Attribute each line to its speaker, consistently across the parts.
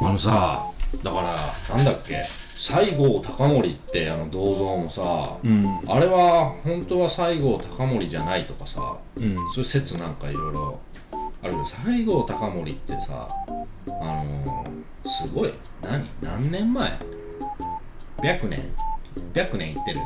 Speaker 1: のさだからなんだっけ西郷隆盛ってあの銅像もさ、
Speaker 2: うん
Speaker 1: あれは本当は西郷隆盛じゃないとかさ
Speaker 2: うん
Speaker 1: そういう説なんかいろいろあるけど西郷隆盛ってさあのー、すごい何何年前白年白年いってる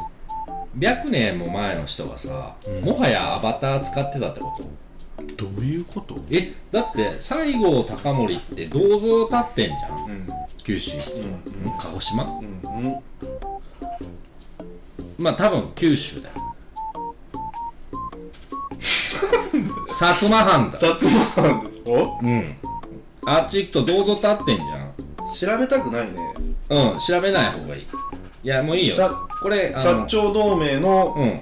Speaker 1: 白年も前の人がさ、もはやアバター使ってたってこと
Speaker 2: どういうこと
Speaker 1: えだって西郷隆盛って銅像立ってんじゃん
Speaker 2: うん
Speaker 1: 九州、
Speaker 2: うん
Speaker 1: 鹿児島
Speaker 2: うんうん
Speaker 1: まあ多分九州 だよ薩摩藩だ
Speaker 2: 薩摩藩ですお
Speaker 1: うんあっち行くと銅像立ってんじゃん
Speaker 2: 調べたくないね
Speaker 1: うん、調べない方がいい。いや、もういいよ
Speaker 2: さ。
Speaker 1: これ、あ
Speaker 2: 薩
Speaker 1: の、
Speaker 2: 長同盟の
Speaker 1: うん。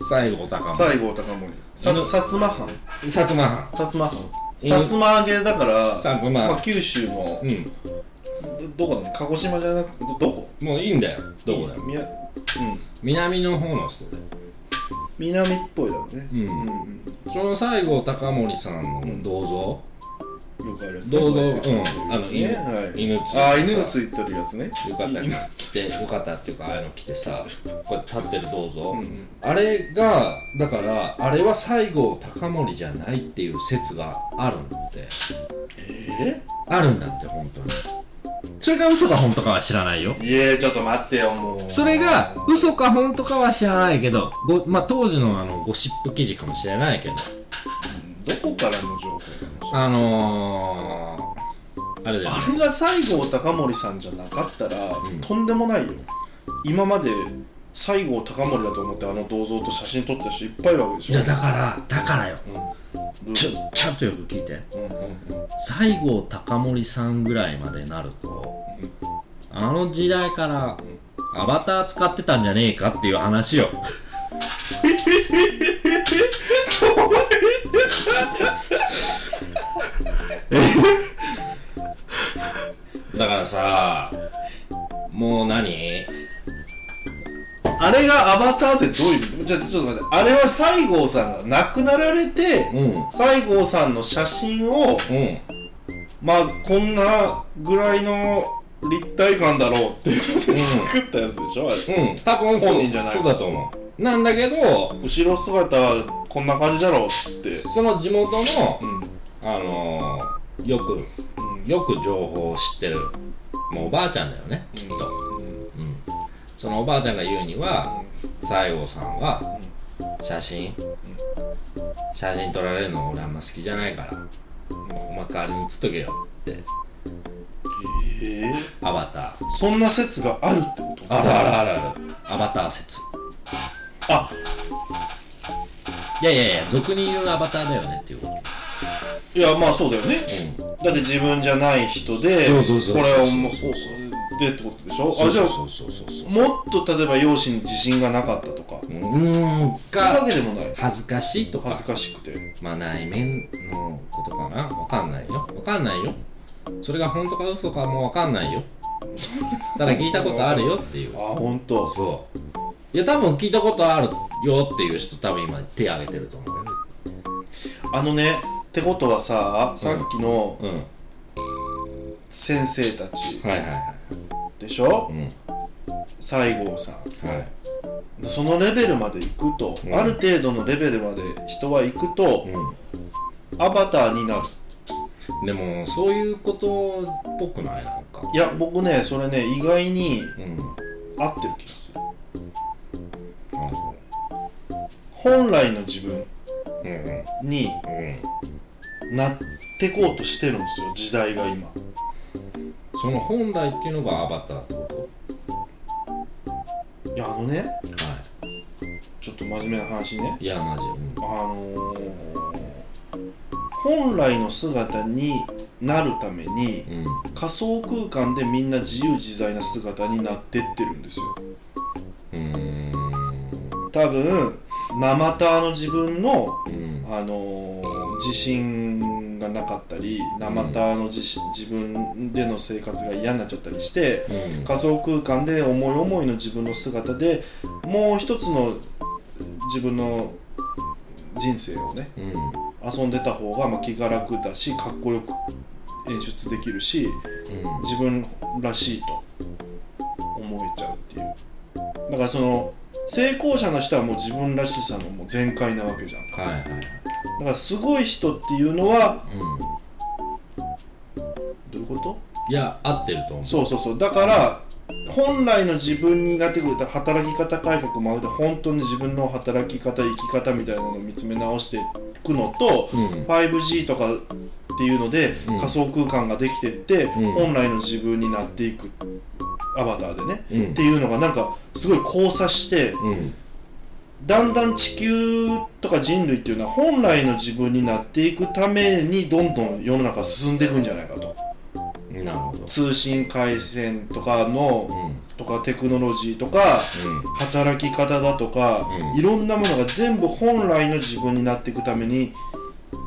Speaker 1: 西郷隆盛。
Speaker 2: 西郷隆盛さ
Speaker 1: うん
Speaker 2: 薩摩藩
Speaker 1: 薩摩藩。
Speaker 2: 薩摩藩薩摩揚げだから
Speaker 1: 薩摩
Speaker 2: まあ、九州の
Speaker 1: う
Speaker 2: どどこだね鹿児島じゃなくどどこ
Speaker 1: ん。もういいんだよ。どこだよ。
Speaker 2: みやうん
Speaker 1: 南の方の人で。
Speaker 2: 南っぽいだろうね
Speaker 1: うん
Speaker 2: うん
Speaker 1: その西郷隆盛さんの銅像、
Speaker 2: うんよくあるやつ
Speaker 1: 銅像、うん
Speaker 2: ね。
Speaker 1: あの、
Speaker 2: ね
Speaker 1: 犬、
Speaker 2: は
Speaker 1: 犬
Speaker 2: い
Speaker 1: ついてさ
Speaker 2: ああ犬がついてるやつね
Speaker 1: よかった
Speaker 2: 犬
Speaker 1: 着てよかったっていうかああいうの着てさこうやって立ってる銅像、
Speaker 2: ん
Speaker 1: あれがだからあれは西郷隆盛じゃないっていう説があるんだって
Speaker 2: え
Speaker 1: あるんだって本当にそれが嘘か本当かは知らないよ
Speaker 2: いえちょっと待ってよもう
Speaker 1: それが嘘か本当かは知らないけどご、まあ、当時のあのゴシップ記事かもしれないけど
Speaker 2: どこからの情報なの
Speaker 1: あのー、あれだよね
Speaker 2: あれが西郷隆盛さんじゃなかったら、とんでもないよ今まで西郷隆盛だと思ってあの銅像と写真撮ってた人いっぱいいるわけでし
Speaker 1: い
Speaker 2: ょ
Speaker 1: やだからだからよ
Speaker 2: うん
Speaker 1: ちょちょっとよく聞いて
Speaker 2: うんうんうん
Speaker 1: 西郷隆盛さんぐらいまでなるとあの時代からアバター使ってたんじゃねえかっていう話よだからさもう何
Speaker 2: あれがアバターってどういう意味じゃあちょっと待ってあれは西郷さんが亡くなられて、
Speaker 1: うん
Speaker 2: 西郷さんの写真を
Speaker 1: うん
Speaker 2: まあこんなぐらいの立体感だろうっていうので作ったやつでしょ、あれ
Speaker 1: うん多分そう
Speaker 2: 本人じゃない
Speaker 1: そうだと思うなんだけど
Speaker 2: 後ろ姿こんな感じだろうっつって
Speaker 1: その地元の
Speaker 2: うん
Speaker 1: あのー、よく
Speaker 2: うん
Speaker 1: よく情報を知ってるもうおばあちゃんだよねきっと、そのおばあちゃんが言うには西郷さんは写真写真撮られるの俺あんま好きじゃないからお前代わりに写っとけよって
Speaker 2: ええ
Speaker 1: アバター
Speaker 2: そんな説があるってこと
Speaker 1: あるあるあるあるアバター説
Speaker 2: あ
Speaker 1: いやいやいや俗に言うアバターだよねっていうこ
Speaker 2: いやまあそうだよね、だって自分じゃない人で
Speaker 1: そうそうそう
Speaker 2: これをもう
Speaker 1: そうそう
Speaker 2: でってことでしょ
Speaker 1: と
Speaker 2: あじゃあ
Speaker 1: そうそうそうそうそう
Speaker 2: もっと例えば容姿に自信がなかったとかそうう
Speaker 1: ーん
Speaker 2: いうわ
Speaker 1: か
Speaker 2: けでもない
Speaker 1: 恥ずかしいとか
Speaker 2: 恥ずかしくて
Speaker 1: まあ内面のことかなわかんないよわかんないよそれが本当か嘘かもわかんないよただ聞いたことあるよっていう
Speaker 2: あ本当
Speaker 1: そういや多分聞いたことあるよっていう人多分今手挙げてると思うよ
Speaker 2: あのねってことはささっきの
Speaker 1: うん
Speaker 2: 先生たち
Speaker 1: はいはいは
Speaker 2: でしょ、
Speaker 1: ん
Speaker 2: 西郷さん
Speaker 1: いはい
Speaker 2: そのレベルまで行くと、
Speaker 1: うん
Speaker 2: ある程度のレベルまで人は行くと、
Speaker 1: う
Speaker 2: アバターになる
Speaker 1: んでもそういうことっぽくないなんか
Speaker 2: いや僕ねそれね意外に
Speaker 1: うん
Speaker 2: 合ってる気がする
Speaker 1: あそ
Speaker 2: 本来の自分
Speaker 1: ううんうん
Speaker 2: に
Speaker 1: うん
Speaker 2: なってこうとしてるんですよ時代が今
Speaker 1: その本来っていうのがアバターってこ
Speaker 2: いやあのね
Speaker 1: とは
Speaker 2: ちょっと真面目な話ね
Speaker 1: いいやマジうん
Speaker 2: あのー、本来の姿になるために
Speaker 1: うん
Speaker 2: 仮想空間でみんな自由自在な姿になってってるんですよ
Speaker 1: うー
Speaker 2: 多分生タの自分の
Speaker 1: んうん
Speaker 2: あのー自信がなかったり生田の自信自分での生活が嫌になっちゃったりして
Speaker 1: うん
Speaker 2: 仮想空間で思い思いの自分の姿でもう一つの自分の人生をね
Speaker 1: うん
Speaker 2: 遊んでた方がまあ気が楽だしかっこよく演出できるし
Speaker 1: うん
Speaker 2: 自分らしいと思えちゃうっていうだからその成功者の人はもう自分らしさのもう全開なわけじゃんだ
Speaker 1: はいはいはい
Speaker 2: からすごい人っていうのは
Speaker 1: う
Speaker 2: どういうこと
Speaker 1: んいや合ってると思う
Speaker 2: そうそうそうだから本来の自分になってくれた働き方改革もあるで本当に自分の働き方生き方みたいなのを見つめ直していくのと
Speaker 1: うん
Speaker 2: 5G とかっていうので
Speaker 1: うん
Speaker 2: 仮想空間ができてって、
Speaker 1: ん
Speaker 2: 本来の自分になっていくアバターでね、
Speaker 1: うん
Speaker 2: っていうのがなんかすごい交差して
Speaker 1: うん
Speaker 2: だんだん地球とか人類っていうのは本来の自分になっていくためにどんどん世の中進んでいくんじゃないかと
Speaker 1: なるほど
Speaker 2: 通信回線とかの
Speaker 1: うん
Speaker 2: とかテクノロジーとか働き方だとか、
Speaker 1: うん
Speaker 2: いろんなものが全部本来の自分になっていくために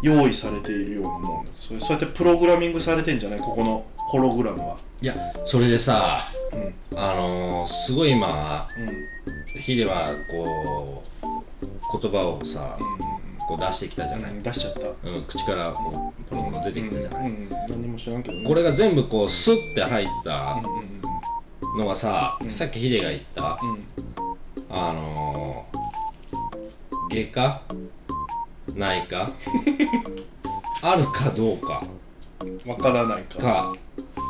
Speaker 2: 用意されているようなものですそれそうやってプログラミングされてんじゃないここのホログラムは、
Speaker 1: いやそれでさ
Speaker 2: うん
Speaker 1: あのー、すごい今
Speaker 2: うん
Speaker 1: ヒデはこう言葉をさこう出してきたじゃない、
Speaker 2: うん、出しちゃった
Speaker 1: うん、口からこうポロポロ出てきたじゃない、
Speaker 2: うん、何も知らんけどね
Speaker 1: これが全部こうスッて入った
Speaker 2: うんうん
Speaker 1: のがさ、さっきヒデが言った
Speaker 2: うんうん
Speaker 1: あのー、外科内科あるかどうか
Speaker 2: わからないか
Speaker 1: か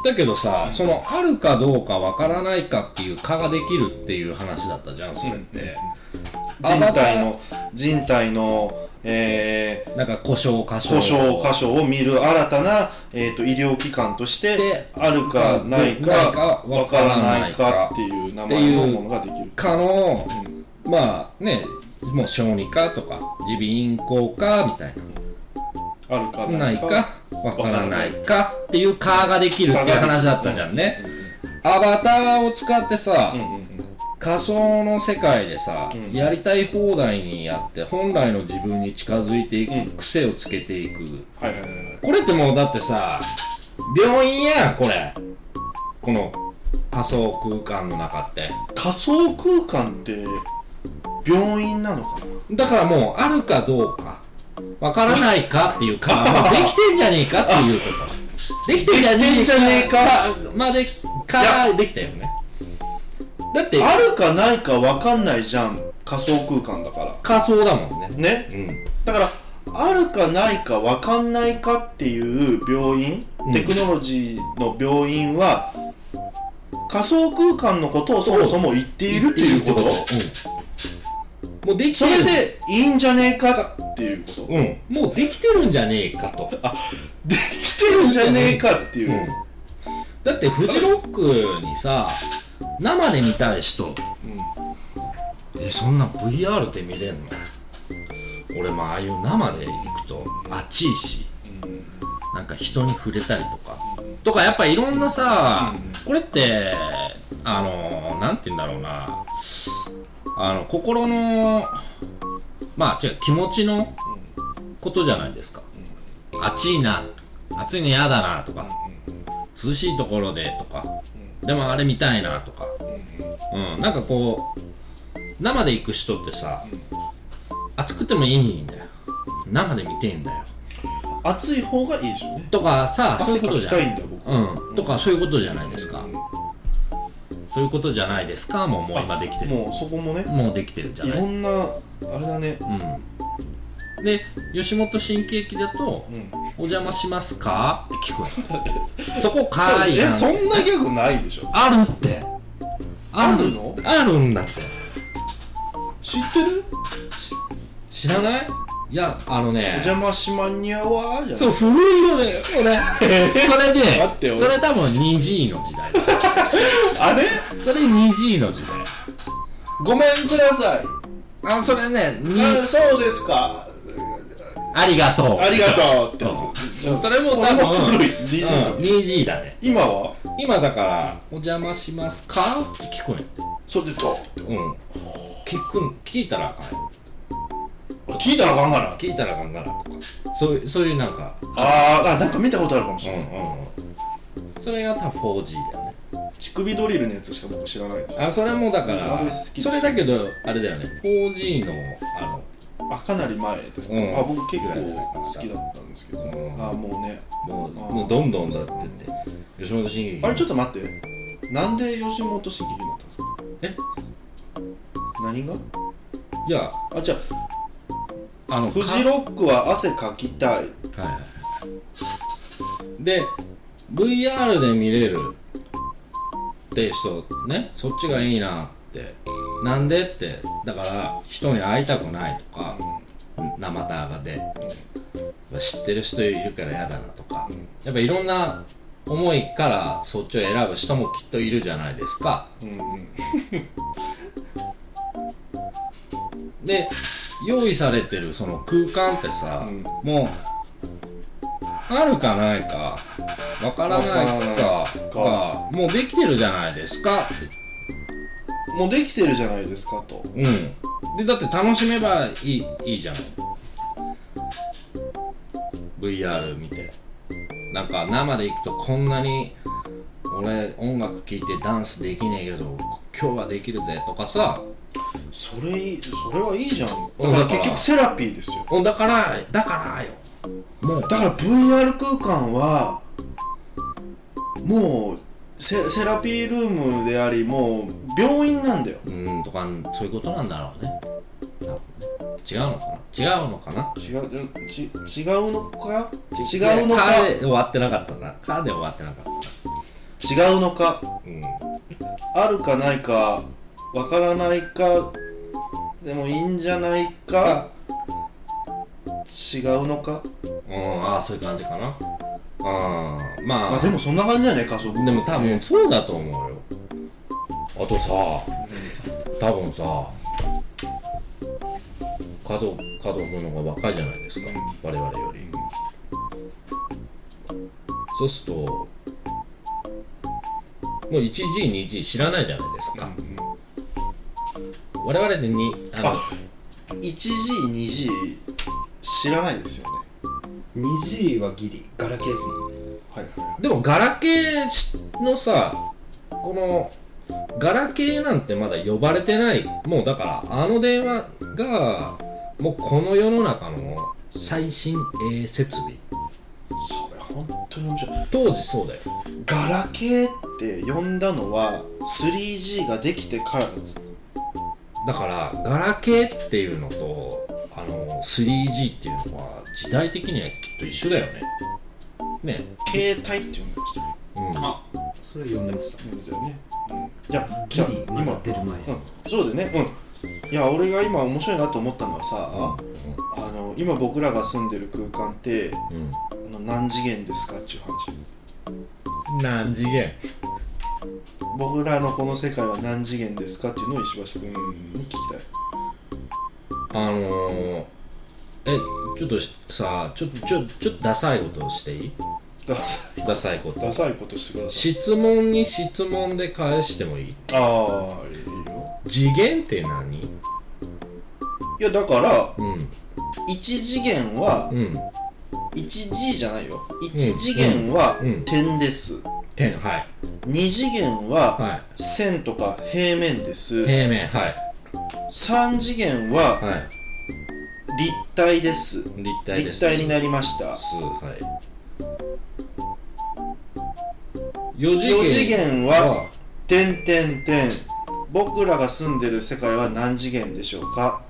Speaker 1: だけどさそのあるかどうかわからないかっていうかができるっていう話だったじゃんそれって、
Speaker 2: 人体の人体の、えー
Speaker 1: なんか故障箇所
Speaker 2: 故障箇所を見る新たな、えー、と医療機関として
Speaker 1: で
Speaker 2: あるかない
Speaker 1: ないか
Speaker 2: かわからないかっていう名前のものができる。
Speaker 1: 科の、まあねもう小児科とか耳鼻咽喉科みたい
Speaker 2: あるか
Speaker 1: なな
Speaker 2: ないいか。
Speaker 1: かわからないかっていう科ができるっていう話だったじゃんね、アバターを使ってさ、
Speaker 2: うんうん
Speaker 1: 仮想の世界でさ、やりたい放題にやって本来の自分に近づいていく、癖をつけていく
Speaker 2: はいはいはいはい。
Speaker 1: これってもうだってさ病院やんこれこの仮想空間の中って
Speaker 2: 仮想空間って病院なのかな
Speaker 1: だからもうあるかどうかわからないかっていうかまあできてんじゃねえかっていうことできてんじゃね
Speaker 2: できてんじゃ
Speaker 1: え
Speaker 2: ねえ
Speaker 1: か
Speaker 2: か
Speaker 1: まあでかできたよねだって
Speaker 2: あるかないかわかんないじゃん。仮想空間だから。
Speaker 1: 仮想だもんね
Speaker 2: ね。だから、あるかないかわかんないかっていう病院、
Speaker 1: ん
Speaker 2: テクノロジーの病院は、仮想空間のことをそもそも言っているっていうこと
Speaker 1: うんもうでき
Speaker 2: そ
Speaker 1: て
Speaker 2: れ
Speaker 1: る
Speaker 2: でいいんじゃねえかっていうこと
Speaker 1: うんもうできてるんじゃねえかと
Speaker 2: できてるんじゃねえかっていう、
Speaker 1: うんだってフジロックにさ生で見たい人、えそんな VR で見れんの俺もああいう生で行くと暑いし、なんか人に触れたりとかとかやっぱいろんなさ、これってあのなんて言うんだろうなあの心のまあ違う気持ちのことじゃないですか、暑いな暑いの嫌だなとか、涼しいところでとか、でもあれ見たいなとか、うんなんかこう生で行く人ってさ、暑くてもいいんだよ生で見てんだよ
Speaker 2: 暑い方がいいでしょうね
Speaker 1: とかさそうい
Speaker 2: 汗
Speaker 1: うこ
Speaker 2: か
Speaker 1: とじ
Speaker 2: き
Speaker 1: ゃ
Speaker 2: た
Speaker 1: ない
Speaker 2: いんだよ僕、
Speaker 1: うん、とかそういうことじゃないですか、そういうことじゃないですかもうもう今できてる
Speaker 2: もうそこもね
Speaker 1: もうできてるじゃ
Speaker 2: い
Speaker 1: ない
Speaker 2: ろんなあれだね
Speaker 1: うんで吉本新喜劇だと「
Speaker 2: ん
Speaker 1: お邪魔しますか?」って聞くの そこか
Speaker 2: そう
Speaker 1: ーい
Speaker 2: え
Speaker 1: やん
Speaker 2: そんなギャグないでしょ
Speaker 1: あるってあ
Speaker 2: あるの
Speaker 1: あるんだって
Speaker 2: 知ってる
Speaker 1: 知らないいやあの
Speaker 2: お
Speaker 1: ね
Speaker 2: 邪魔しまにゃわーじゃ
Speaker 1: そう古いよねこれ それ
Speaker 2: ちょっと待っ
Speaker 1: で
Speaker 2: て俺
Speaker 1: それ多分 2G の時代だ
Speaker 2: ないあれ
Speaker 1: それ 2G の時代
Speaker 2: ごめんください
Speaker 1: あそれねに
Speaker 2: あそうですか
Speaker 1: ありがとう
Speaker 2: ありがとうってやつ
Speaker 1: うんそれも多分
Speaker 2: これも古い DJ の
Speaker 1: うん 2G だね
Speaker 2: 今は
Speaker 1: 今だから「お邪魔しますか?」って聞くんやって
Speaker 2: それでと
Speaker 1: うん聞くん聞いたらあかんよ
Speaker 2: 聞いたらあかんかな
Speaker 1: 聞いたらあかんからとかそういうそういうなんか
Speaker 2: あーあなんか見たことあるかもし
Speaker 1: う
Speaker 2: れ
Speaker 1: ん
Speaker 2: ない、
Speaker 1: うんうんそれが多分 4G だよね
Speaker 2: 乳首ドリルのやつしか僕知らないです
Speaker 1: あそれもだか
Speaker 2: うんあ
Speaker 1: ら
Speaker 2: れ好きです
Speaker 1: それだけどあれだよね 4G のあの
Speaker 2: あかなり前です
Speaker 1: う
Speaker 2: ね、
Speaker 1: ん
Speaker 2: あ僕結構
Speaker 1: ぐらいだから
Speaker 2: 好きだったんですけど、
Speaker 1: うん
Speaker 2: あもうね
Speaker 1: もう
Speaker 2: あー
Speaker 1: もうどんどんだってって吉本新喜劇
Speaker 2: あれちょっと待ってなんで吉本新喜劇になったんですか
Speaker 1: え
Speaker 2: 何が
Speaker 1: いや
Speaker 2: あじゃ
Speaker 1: あの
Speaker 2: あフジロックは汗かきたい
Speaker 1: かはいはいで VR で見れるって人ねそっちがいいなってなんでってだから人に会いたくないとか生ターがで知ってる人いるから嫌だなとかやっぱいろんな思いからそっちを選ぶ人もきっといるじゃないですか
Speaker 2: うんうん
Speaker 1: で用意されてるその空間ってさ、
Speaker 2: うん
Speaker 1: もうあるかないかわからない
Speaker 2: わ
Speaker 1: か
Speaker 2: か
Speaker 1: がもうできてるじゃないですか
Speaker 2: もうできてるじゃないですかと
Speaker 1: うんでだって楽しめばいいいいじゃない VR 見てなんか生で行くとこんなに俺音楽聴いてダンスできねえけど今日はできるぜとかさ
Speaker 2: それいいそれはいいじゃん
Speaker 1: うんだ
Speaker 2: だから
Speaker 1: から
Speaker 2: 結局セラピーですよ
Speaker 1: おだからだからよもう
Speaker 2: だから VR 空間はもうセセラピールームでありもう病院なんだよ
Speaker 1: うーんとかそういうことなんだろうね多分ね違うのかな違うのかな
Speaker 2: 違ううんち違うのか違うの
Speaker 1: か
Speaker 2: か
Speaker 1: で終わってなかったなかで終わってなかった
Speaker 2: 違うのか
Speaker 1: うん
Speaker 2: あるかないかわからないかでもいいんじゃないか違うのか
Speaker 1: うんああそういう感じかなあーまあ
Speaker 2: あでもそんな感じじゃねえかそ
Speaker 1: でも多分そうだと思うよあとさ多分さ加藤加藤君の方が若いじゃないですか我々よりそうするともう 1G2G 知らないじゃないですか我々でにあの
Speaker 2: あ 1G2G 知らないですよね
Speaker 3: 2G はギリガラケーですね
Speaker 2: はいは
Speaker 1: でもガラケーのさこのガラケーなんてまだ呼ばれてないもうだからあの電話がもうこの世の中の最新鋭設備
Speaker 2: いそれ本当に面白い
Speaker 1: 当時そうだよ
Speaker 2: ガラケーって呼んだのは 3G ができてからなんです
Speaker 1: だからガラケーっていうのとあの 3G っていうのは時代的にはきっと一緒だよねね
Speaker 2: 携帯って呼んでましたよね
Speaker 1: うん
Speaker 3: あそれ読んでました
Speaker 2: うんだよね、うん、じゃあ
Speaker 3: ギ
Speaker 2: じゃあ
Speaker 3: リまだ
Speaker 2: 今
Speaker 3: 出る前です、
Speaker 2: うん、そうだよねうんいや俺が今面白いなと思ったのはさ、あの今僕らが住んでる空間って
Speaker 1: うん
Speaker 2: あの何次元ですかっていう話
Speaker 1: 何次元
Speaker 2: 僕らのこの世界は何次元ですかっていうのを石橋君に聞きたい
Speaker 1: あのー、えちょっとしさちょっとちょちょっとダサいことをしていい
Speaker 2: ダサ
Speaker 1: ダサいこと
Speaker 2: ダサいことしてください
Speaker 1: 質問に質問で返してもいい
Speaker 2: ああいいよ
Speaker 1: 次元って何
Speaker 2: いやだから
Speaker 1: うん
Speaker 2: 1次元は
Speaker 1: うん
Speaker 2: 1G じゃないよ1次元は
Speaker 1: うんうん
Speaker 2: 点です
Speaker 1: 点はい
Speaker 2: 2次元は
Speaker 1: は
Speaker 2: 線とか平面です
Speaker 1: い平面はい
Speaker 2: 3次元は
Speaker 1: はい
Speaker 2: 立体です
Speaker 1: 立体で
Speaker 2: 立
Speaker 1: す
Speaker 2: 体になりました
Speaker 1: すはい4
Speaker 2: 4次
Speaker 1: 次元
Speaker 2: 元は点点点僕らが住んでる世界は何次元でしょうか